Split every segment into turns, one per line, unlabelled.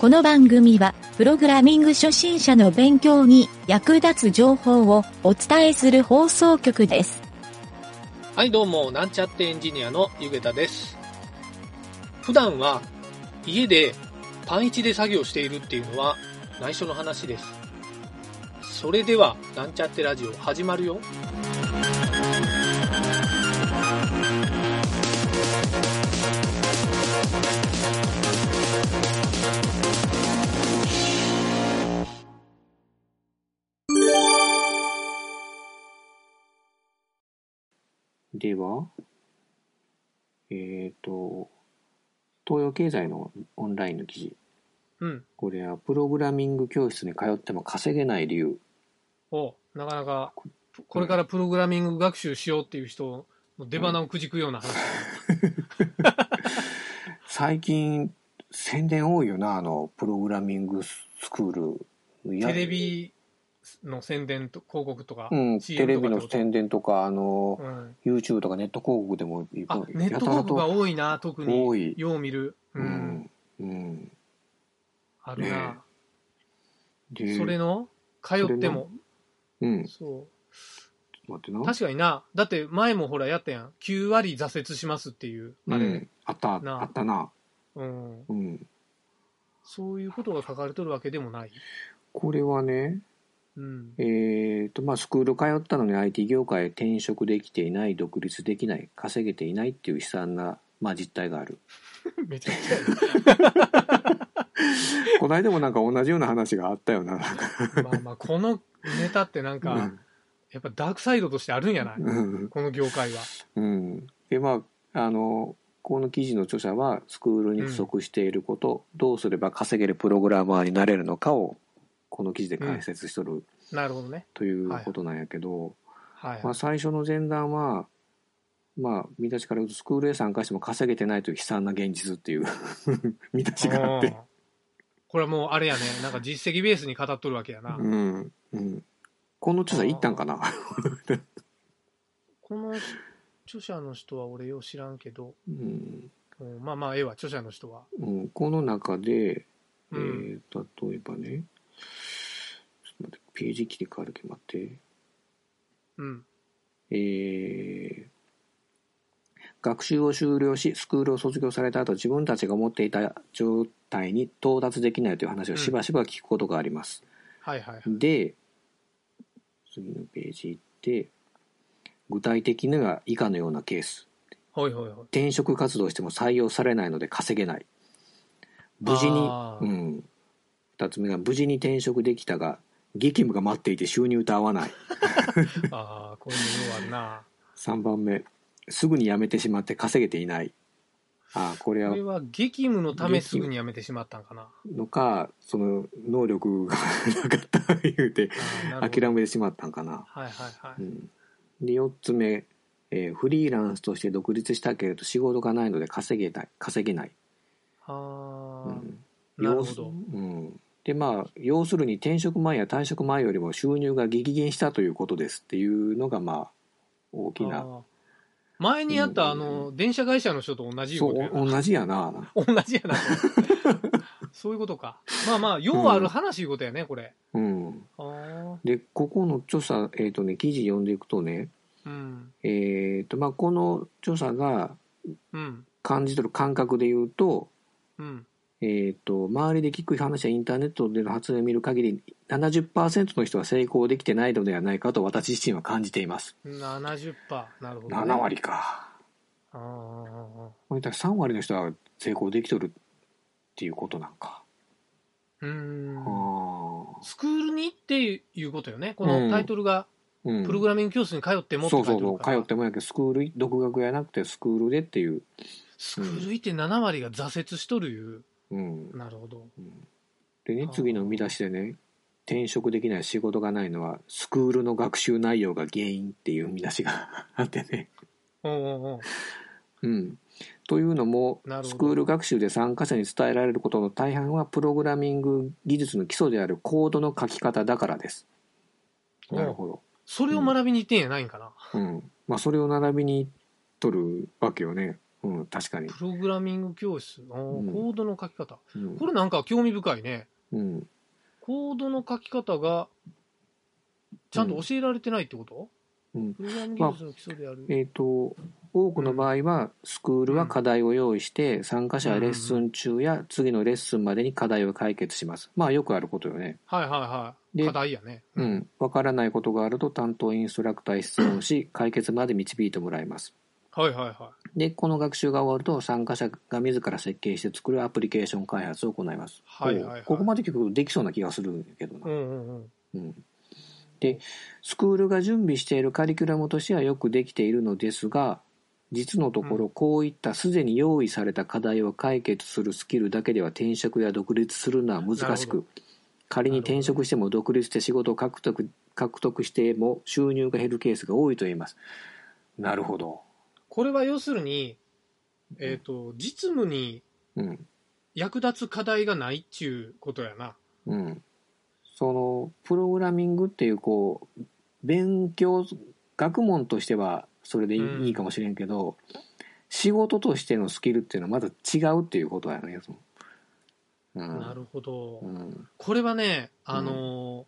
この番組は、プログラミング初心者の勉強に役立つ情報をお伝えする放送局です。
はい、どうも、なんちゃってエンジニアのゆげたです。普段は、家でパン1で作業しているっていうのは内緒の話です。それでは、なんちゃってラジオ始まるよ。
では、えっ、と、東洋経済のオンラインの記事。
うん。
これは、プログラミング教室に通っても稼げない理由。
おなかなか、これからプログラミング学習しようっていう人の出花をくじくような話。
最近、宣伝多いよな、あの、プログラミングスクール。いや
テレビの宣伝と、広告とか、
うん、テ
CM
レ
とかっ
ビ
て
の
こと
宣伝とか、あの、
うん。
YouTube とかネット広告でも、
あ、ネット広告が多いな、特に。
多い
よう見る。
う
うん
ん。うん。
あるな、
で、
それの通っても
うん、ち
そ
ょっと待って
う
な。
確かになだって前もほらやったやん9割挫折しますっていうあ
う
れ、
ん、あった、
なあ
あったな。
うん
うん。
そういうことが書かれとるわけでもない、
これはね、
うん、
えーとまあ、スクール通ったのに IT 業界へ転職できていない独立できない稼げていないっていう悲惨な、まあ、実態がある
めちゃくちゃや
この間もなんか同じような話があったよななん か
なまあまあこのネタってなんか、やっぱダークサイドとしてあるんやない、
うん
この業界は
うんでまああのこの記事の著者はスクールに不足していること、どうすれば稼げるプログラマーになれるのかをこの記事で解説しとる
なるほどね
ということなんやけど、
はい、
まあ、最初の前段はまあ見出しから言うとスクールへ参加しても稼げてないという悲惨な現実っていう 見出しがあっ
うん
て
これはもうあれやねなんか実績ベースに語っとるわけやな、
うん、うん、この著者いったんかな
この著者の人は俺よう知らんけど、
うん、
うんまあまあええわ著者の人は
うん、この中で、え
うん、
ー例えばねちょっと待ってページ切り替わるけど待って
うん
えー学習を終了しスクールを卒業された後自分たちが持っていた状態に到達できないという話をしばしば聞くことがあります、
はいはいはい
で次のページ行って具体的には以下のようなケース
ほいほいほい
転職活動をしても採用されないので稼げない無事に、
あー
うん、2つ目が無事に転職できたが激務が待っていて収入と合わない
ああこういうのあるな
3番目すぐに辞めてしまって稼げていないあーこれ
こ
は
れは激務のためすぐに辞めてしまったんかな
のかその能力が なかった言うて
あーなるほど
諦めてしまったんかな
はいはいは
う
い、
んで4つ目、えーフリーランスとして独立したけれど仕事がないので稼げない稼げない、
あ
う
あ、
ん
なる
要
ほ
す
ど
うん、でまあ要するに転職前や退職前よりも収入が激減したということですっていうのがまあ大き
あ
な
ー前にやっ
う
た
ん
あの電車会社の人と同じいう
そ
こ
う
とやな
お同じやな、
同じ やなそういうことかまあまあようある話いうことやねこれ
うん、
ああ
でここの著者、えーとね、記事読んでいくとね、
うん
えーとまあ、この著者が
うん
感じ取る感覚で言うと
うん
えー、と周りで聞く話やインターネットでの発言を見る限り70%の人は成功できてないのではないかと私自身は感じています
70%なるほど、ね、
7割か
あー
これだから3割の人は成功できとるっていうことなんか、
うー
あ
ん
ー
スクールにっていうことよねこのタイトルが
うん
プログラミング教室に通ってもって
そ
書
う
いて
そ
る
うそう
か
通
ら、
ってもやけどスクール独学やなくてスクールでっていう、
スクール行って7割が挫折しとるいう、
うん、
なるほど
でね
あー
次の見出しでね転職できない仕事がないのはスクールの学習内容が原因っていう見出しがあってね
おうおうおう
うん、というのも
なるほど
スクール学習で参加者に伝えられることの大半はプログラミング技術の基礎であるコードの書き方だからです。
お
なるほ
それを学びに行ってんやないんかな、
ど、うんまあ、それを並びにとるわけよね。うん、確かに。
プログラミング教室、あー
うん
コードの書き方。
うん
これなんか興味深いね。
うん、
コードの書き方が、ちゃんと教えられてないってこと、
うん
プログラミング技術の基礎である。
えっ、と多くの場合はスクールは課題を用意して参加者はレッスン中や次のレッスンまでに課題を解決しますまあよくあることよね
はいはいはい。
で
課題やね。
うんわからないことがあると担当インストラクターに質問し解決まで導いてもらいます
はいはいは
でこの学習が終わると参加者が自ら設計して作るアプリケーション開発を行います
はいはいはい。
おここまで聞くとできそうな気がするんやけどない
うんうんうん。
うんでスクールが準備しているカリキュラムとしてはよくできているのですが実のところこういったすでに用意された課題を解決するスキルだけでは転職や独立するのは難し
なる
く仮に転職しても独立して仕事を獲得獲得しても収入が減るケースが多いと言いますなるほど
これは要するに、えっ、と、実務に
うん
役立つ課題がないっちゅうことやな。
うんそのプログラミングっていうこう勉強学問としてはそれでいい,、
うん
かもしれんけど仕事としてのスキルっていうのはまた違うっていうことやねそのうん
なるほど。
うん
これはね、あのー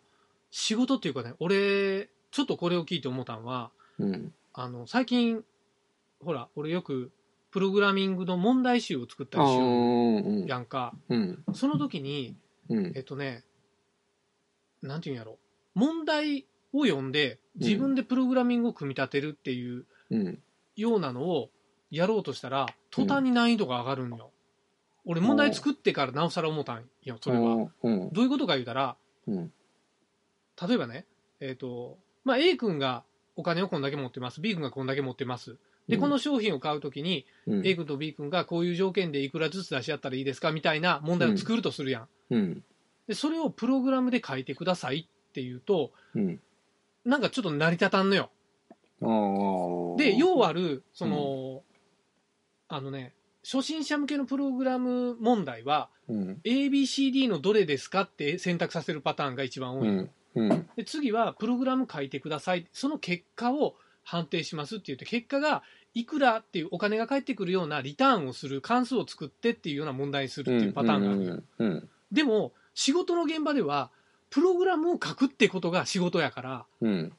仕事っていうかね、俺、ちょっとこれを聞いて思ったんは、
うん
あの、最近、ほら、俺よく、プログラミングの問題集を作った
あ
り
ー
し
う
よ
ん
うやんか。
うん
その時に、
うん
えっとね、なんていうんやろ。問題を読んで、自分でプログラミングを組み立てるっていう
うん
ようなのをやろうとしたら、途端に難易度が上がるんよ。俺、問題作ってからなおさら思ったんよ、それは。
うん
どういうことか言うたら、
うん
例えばね、えっ、と、まあ、A 君がお金をこんだけ持ってます、B 君がこんだけ持ってます。で、
うん
この商品を買うときに、
うん
A 君と B 君がこういう条件でいくらずつ出し合ったらいいですかみたいな問題を作るとするやん。
うん
で、それをプログラムで書いてくださいっていうと、
うん
なんかちょっと成り立たんのよ。
あー
で、要ある、その、あのね、初心者向けのプログラム問題は、
うん
ABCD のどれですかって選択させるパターンが一番多
う
い。
んうん
で次はプログラム書いてくださいその結果を判定しますって言って結果がいくらっていうお金が返ってくるようなリターンをする関数を作ってっていうような問題にするっていうパターンがある、
うんうん
でも仕事の現場ではプログラムを書くってことが仕事やから
うん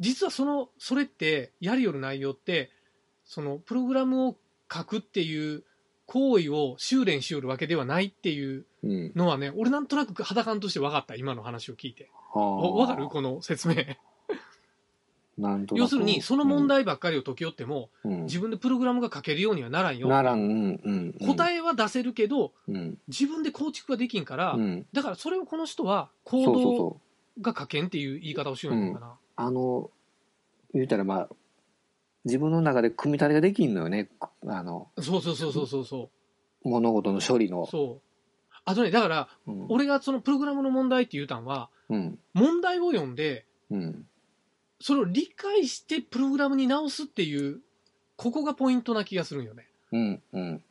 実はそのそれってやりよる内容ってそのプログラムを書くっていう行為を修練しよるわけではないっていう
うん
のはね俺なんとなく肌感として分かった今の話を聞いて
あー
お分かるこの説明
なんとなく
要するにその問題ばっかりを解きよっても、
うん
自分でプログラムが書けるようにはならんよ
ならん、うんうんうん、
答えは出せるけど
うん
自分で構築ができんから、
うん、
だからそれをこの人は
そ
行
うそう
動
そう
が書けんっていう言い方をしようのかな、
あの言うたらまあ自分の中で組み立てができんのよねあの
そうそうそうそうそうそ
物事の処理
う
の
あとねだから
うん
俺がそのプログラムの問題って言うたんは
うん
問題を読んで
うん
それを理解してプログラムに直すっていうここがポイントな気がするんよね
うんうん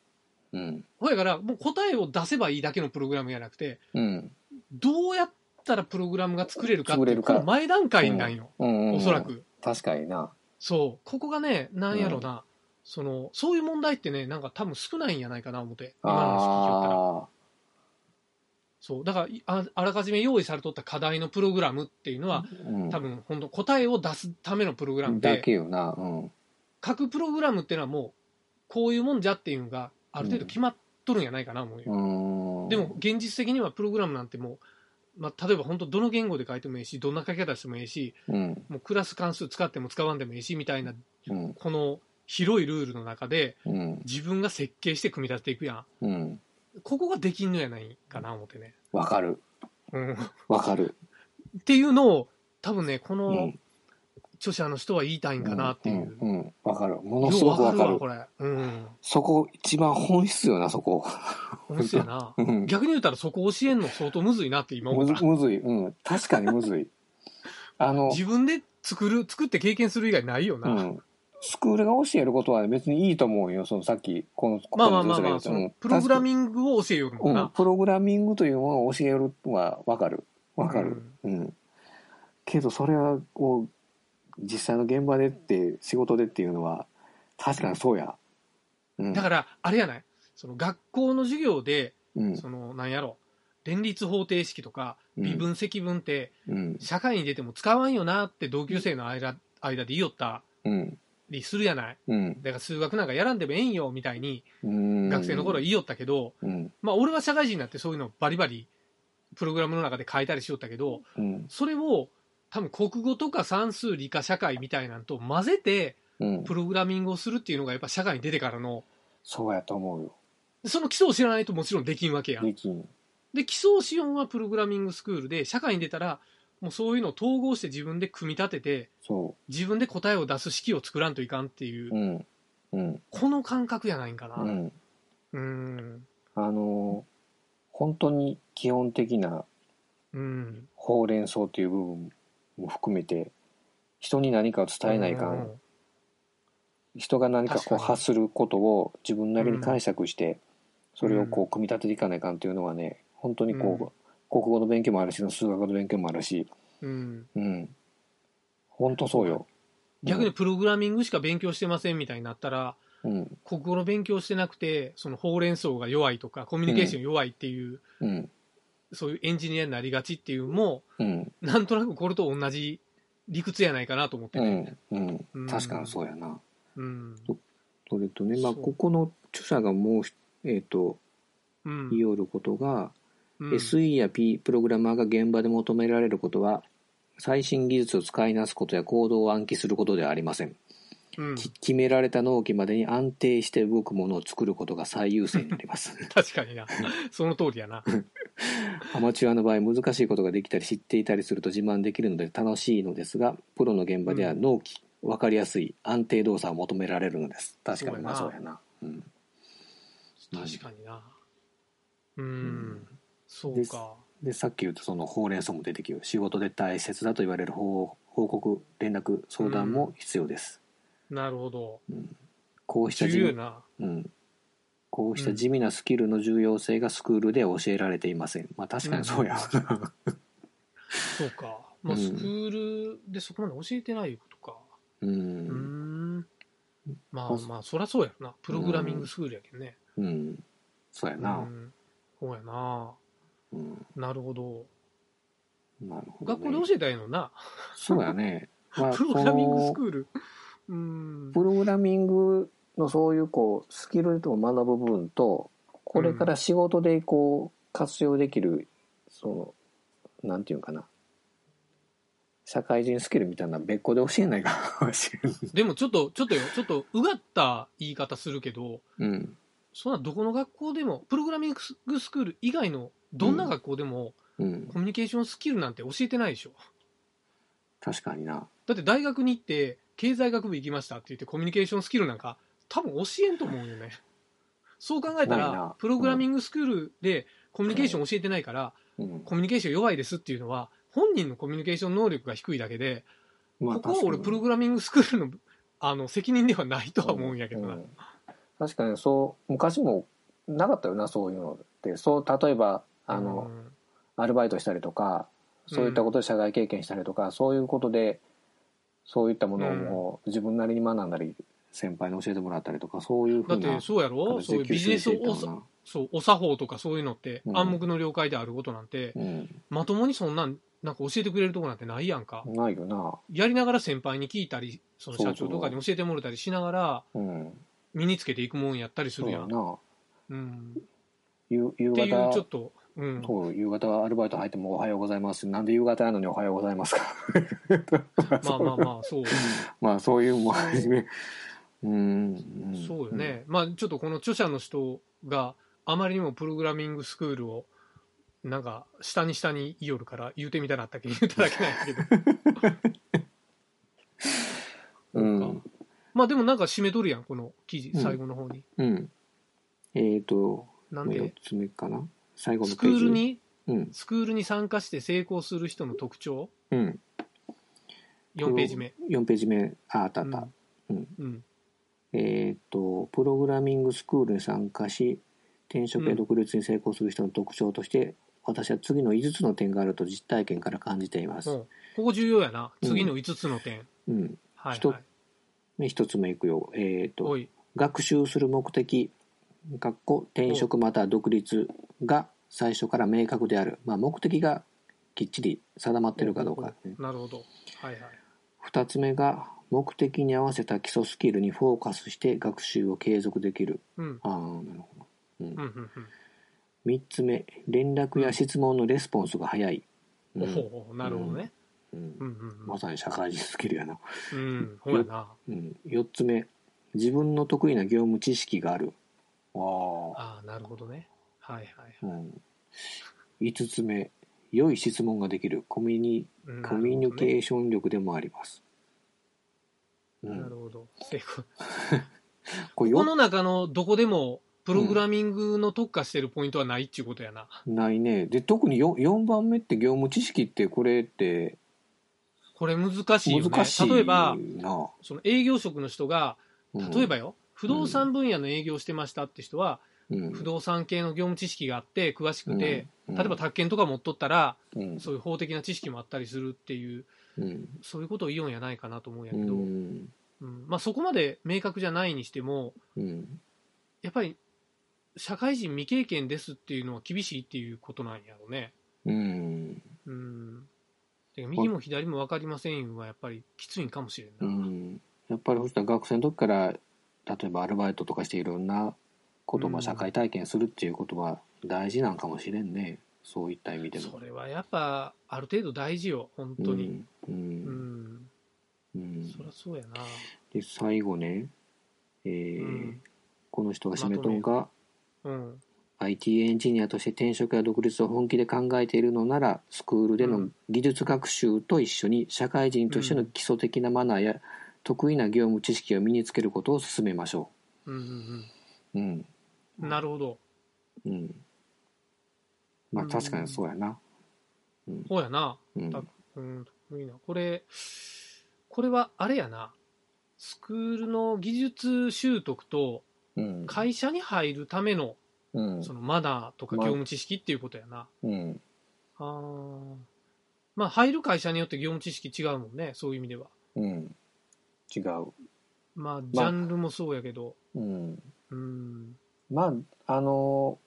うん
ほやからもう答えを出せばいいだけのプログラムじゃなくて
うん
どうやったらプログラムが作れるかって
作
い
れ
う
る
こ
か
の前段階なんよ、
うん
おそらく
確かにな
そうここがねなんやろな、そのそういう問題ってねなんか多分少ないんやないかな思って今の話聞きよったら
あ
そうだからいああらかじめ用意されとった課題のプログラムっていうのは
あ、うん、
多分本当答えを出すためのプログラム
だ
で
けよなうん
各プログラムっていうのはもうこういうもんじゃっていうのがある程度決まっとるんやないかな思うよ、
うん
でも現実的にはプログラムなんてもう、まあ、例えば本当どの言語で書いてもいいしどんな書き方してもいいし、
うん
もうクラス関数使っても使わんでもいいしみたいな
うん
この広いルールの中で
うん
自分が設計して組み立てていくやん
うん
ここができんのやないかな思ってね、
わかる
うん、っ
わかる
ていうのを多分ねこ
う
の著者の人は言いたいんかなっていう、
うんうんわかるもの
よ
す
う
ご
わ
くわ
かる
か
わ
る
これうん
そこ一番本質よなそこ
面白いな
うん
逆に言うたらそこ教えんの相当むずいなって今思
む
っ
ず
た
むずい、うん、確かにむずいあの、
自分で作る作って経験する以外ないよな、
うん、スクールが教えることは別にいいと思うよそのさっきこの
まあまあまあ
こ
ま
の
あ
女性
そ
が言
の
った
プログラミングを教えよるの
う
か
ん
な、
うんプログラミングというものを教えるのはわかるわかる、うんけどそれはこう実際の現場でって仕事でっていうのは確かにそうやうん
だから、あれやない。その学校の授業で、
うん
その、なんやろ、連立方程式とか、微分積分って、
うん
社会に出ても使わんよなって同級生の間間で言いよった
うん
りするやない。
うん
だから数学なんかやらんでもええんよみたいに、
うん
学生の頃言いよったけど、
うん
まあ俺は社会人になってそういうのバリバリ、プログラムの中で書いたりしよったけど、
うん
それを多分国語とか算数理科社会みたいなんと混ぜて
うん
プログラミングをするっていうのがやっぱ社会に出てからの
そうやと思うよ
その基礎を知らないともちろんできんわけやん
できん
で基礎資音はプログラミングスクールで社会に出たらもうそういうのを統合して自分で組み立てて
そ
自分で答えを出す式を作らんといかんっていう
ううんうん
この感覚やないんか
う
なんうん
あのー本当に基本的な
うん
ほうれん草という部分も含めて人に何かを伝えないかん人が何かこう
確かに
発することを自分なりに解釈してそれをこう組み立てていかないかんっていうのはね本当にこう、
うん
国語の勉強もあるし数学の勉強もあるし
うんうん
うん本当そうよ
逆にプログラミングしか勉強してませんみたいになったら
うん
国語の勉強してなくてそのほうれん草が弱いとかコミュニケーション弱いっていう、
うん
そういうエンジニアになりがちっていうのも
うん
なんとなくこれと同じ理屈やないかなと思って
う
ね、
ん、うん
うん
確かにそうやな
うん
それとねまあ
そう
ここの著者がもうえっ、と
うん
言いよることが、
うん
SE や P プログラマーが現場で求められることは最新技術を使いなすことや行動を暗記することではありません
うん
き決められた納期までに安定して動くものを作ることが最優先になります
確かになその通りやな
アマチュアの場合難しいことができたり知っていたりすると自慢できるので楽しいのですがプロの現場では
うん
納期、分かりやすい安定動作を求められるのです確かにまあ
そ
そうう
や
やなうんうん
確かになうん、
ん
そうか
でさっき言ったそのほうれん草も出てきる仕事で大切だと言われる報報告連絡相談も必要です、
なるほど
うんこうした
重
地
要
味、
な
うん、こうし
う
た
ん
地味なスキルの重要性がスクールでは教えられていませんまあ確かにそうや わな、
そうか、まあ、
うん
スクールでそこまで教えてないことか
う
うんんまあ
そう
まあそりゃそうやろなプログラミングスクールやけんね、
うんそうや
う
な、
ん、そうやな
うん
なるほど
なるほど、
学
ね、
校で教えたらいいのな、
そう やね、まあ、
プログラミングスク
ー
ー
ル
ルうん
プログラミングのそういうこうスキルを学ぶ部分とこれから仕事でこう活用できるそのなんていうんかな社会人スキルみたいなの別個で教えないかもしれない、
でもちょっとちょっとよちょっとうがった言い方するけど
うん、
そんなどこの学校でもプログラミングスクール以外のどんな学校でも、
うん、
コミュニケーションスキルなんて教えてないでしょ
確かにな
だって大学に行って経済学部行きましたって言ってコミュニケーションスキルなんか多分教えんと思うよねそう考えた
ないな
らプログラミングスクールでコミュニケーション教えてないから、
うん
コミュニケーション弱いですっていうのは本人のコミュニケーション能力が低いだけで、
ま
ここは俺プロ
グ
グラミングスクールのあの責任ではないとは思うんやけどな、
確かにそう昔もなかったよなそういうのってそう例えばあの、
うん
アルバイトしたりとかそういったことで社外経験したりとか、そういうことでそういったものをもう自分なりに学んだり先輩に教えてもらったりとかそういうふ
だ
う
っ
な
てそうやろ
形
そういう
で
ビ
吸
ジネス
収して
を
いっ
お
たもん
さ
な
そうお作法とかそういうのって
うん
暗黙の了解であることなんて、
うん
まともにそんなんなんか教えてくれるとこなんてないやんか、
ないよな
やりながら先輩に聞いたりその
そうそ
社
う
長とかに教えてもらったりしながら
うん
身につけていくもんやったりす
そう
る
や
やん、
な
うん、
夕夕
っていうち
方
ょっと、うん、
そう夕方はアルバイト入っても「おはようございます」なんで夕方なのに「おはようございますか」
まあまあまあそう
まあそういうもん初めうんん
そうよね、まあちょっとこの著者の人があまりにもプログラミングスクールをなんか下に下に言いよるから言うてみたなったっけ言うただけなんやけど
うん、
そうかまあでもなんか締めとるやんこの記事
うん
最後の方に、
うんえっ、と
なん
4
で
つ目かな最後の
スク
ページ
ールに
うん
スクールに参加して成功する人の特徴
うん
4ページ目
4ページ目ああったあった、うん
うん
えーっとプログラミングスクールに参加し転職や独立に成功する人の特徴として、私は次の5つの点があると実体験から感じていま
う
す
ん、ここ重要やな
うん
次の5つの点、
うん
はい
人
はい
ね一1つ目いくよえーっ
お
と
い
学習する目的かっこ転職または独立が最初から明確である、まあ、目的がきっちり定まってるかどうか、ね、
なるほど。はいはい。
2つ目が目的に合わせた基礎スキルにフォーカスして学習を継続できる
うん。
ああなるほど
うんうん
3つ目連絡や質問のレスポンスが早い、
うん。
うん
おお、なるほどね。
うん
うんうんうん
ま。さに社会人スキルやな、
うん、ほやな。
うん、4つ目自分の得意な業務知識があるああ、
ああ、なるほどね。はいはい。
うん、5つ目良い質問ができるコミュニ
うん
コミュニケーション力でもあります、う
なる
ん、
ほど。えこ
これ
世
よ
の中のどこでもプログラミングの特化してるポイントはないっていうことやな。
ないねで特に 4, 4番目って業務知識ってこれって
これ難しいよね。
難しいな
例えば、その営業職の人が、例え、ばよ、不動産分野の営業してましたって人は、
うんうん
不動産系の業務知識があって、詳しくて、
うん
例えば宅建とか持っとったら、
うん
そういう法的な知識もあったりするっていう、
うん
そういうことを言うんやないかなと思うんや
う
けど、うん
ん
まあ、そこまで明確じゃないにしても、
うん
やっぱり社会人未経験ですっていうのは厳しいっていうことなんやろうね。
うん
うん。てか右も左も分かりませんはやっぱりきついんかもしれん
う
な。
んやっぱりそしたら学生の時から例えばアルバイトとかしていろんなこと
う
も
ん
社会体験するっていうことは大事なんかもしれんねそういった意味でも
それはやっぱある程度大事よ、本当に。う
うんうん
ん。
うん
そりゃそうやな。
で最後ね、え
う
ー
ん。
この人が締めとんが、
うん。
IT エンジニアとして転職や独立を本気で考えているのならスクールで
う
の
ん
技術学習と一緒に社会人としての基礎的なマナーや得意な業務知識を身につけることを進めましょ
うんうん
う。
う
うん
ん。なるほど。
うん、まあ
うん
確かにそうやな。
そうやな。
うん
だうん、得意な。これ、これはあれやな。スクールの技術習得と
うん
会社に入るための
うん
そのマナーとか
ま
業
あ
務知識っていうことやな。
うん
あーまあ、入る会社によって業務知識違うもんね、そういう意味では。
うん違う。
まあ、ジャンルもそうやけど、
うん、
うん、
まああの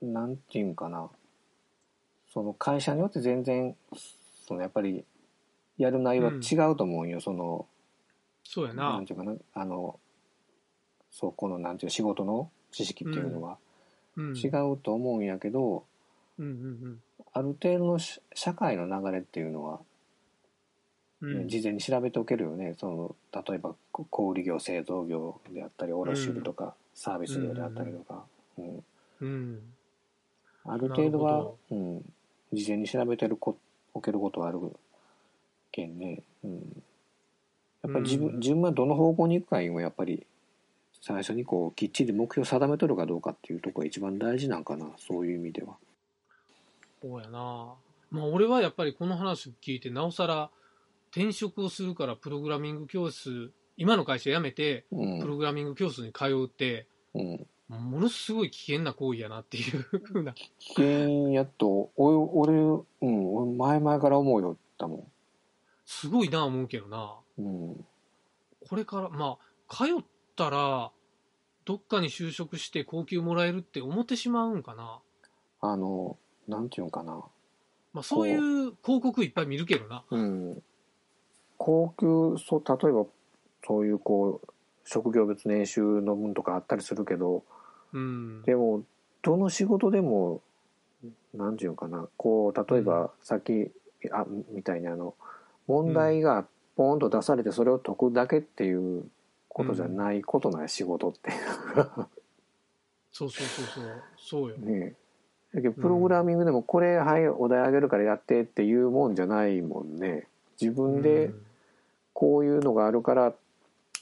なんていうんかなその会社によって全然そのやっぱりやる内容は違うと思うんよ、その
そうや
な。
なん
ていうかなあのそうこのなんていう仕事の知識っていうのは
うん、
違うと思うんやけど、
うんうん
ある程度のし社会の流れっていうの
うん。う
は、
ん
事前に調べておけるよねその例えばこ小売業製造業であったり卸売とか、サービス業であったりとか、うん
うん。
ある程度は
なるほ
うん、事前に調べてるこおけることはあるけんね、うん、やっぱり自分,、
うん
自分はどの方向に行くかいうのはやっぱり最初にこうきっちり目標を定めとるかどうかっていうところが一番大事なんかなそういう意味では。
そうやな。まあ、俺はやっぱりこの話を聞いて、なおさら、転職をするからプログラミング教室、今の会社辞めて、
う
プ
ん
ログラミング教室に通うって、
うん、
ものすごい危険な行為やなっていう ふうな。
危険やとお俺,、うん、俺前々から思うよったも
すごいな思うけどな。
ん。うん
これから、まあ、通ったら、どっかに就職して高給もらえるって思ってしまうんかな。
あのなんていうんかな
まあ、そういう広告いっぱい見るけどな。
うん、高級そう例えばそういうこう職業別年収の分とかあったりするけど
うん。
でもどの仕事でも何て言うのかなこう例えばさっき、あみたいにあの問題がポーンと出されてそれを解くだけっていうことじゃないことない、仕事って
そうそうそうそう。そうよ。
ねだけどプログラミングでもこれ、はいお題あげるからやってっていうもんじゃないもんね自分で、
うん
こういうのがあるから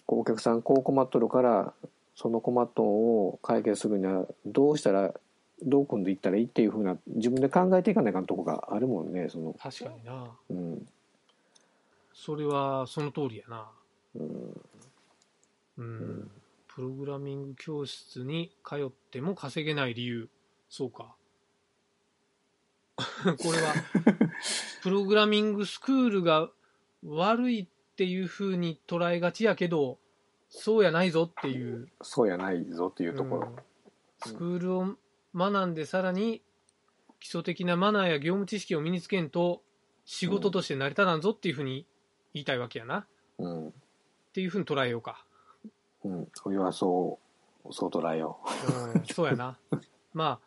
こうお客さんこう困っとるからその困っとんを解決するにはどうしたらどう組んでいったらいいっていうふうな自分で考えていかないかんとこがあるもんねその
確かにな。
うん
それはその通りやな。
うん
うん。
ん
プログラミング教室に通っても稼げない理由。そうか。これは、プログラミングスクールが悪いっていうふうに捉えがちやけど、そうやないぞっていう
そうやないぞというところ、
うんスクールを学んでさらに基礎的なマナーや業務知識を身につけんと仕事として成り立たんぞっていうふうに言いたいわけやなっ
うん
ていうふうに捉えようか、
うん、それはそうそう捉えよ
うん、そうやなまあ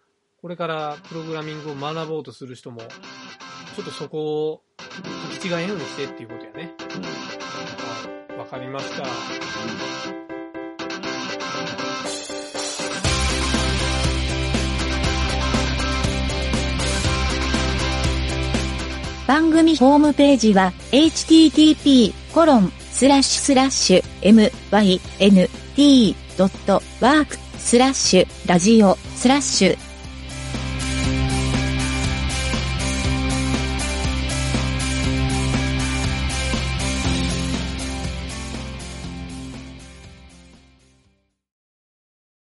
これからプログラミングを学ぼうとする人もちょっとそこを行き違えんようにしてっていうことやね
う、うん
はいわかりました
番組ホームページは http://mynt.work.radio/. コロンスラッシュスラッシュ mynt.work スラッシュラジオスラッシュ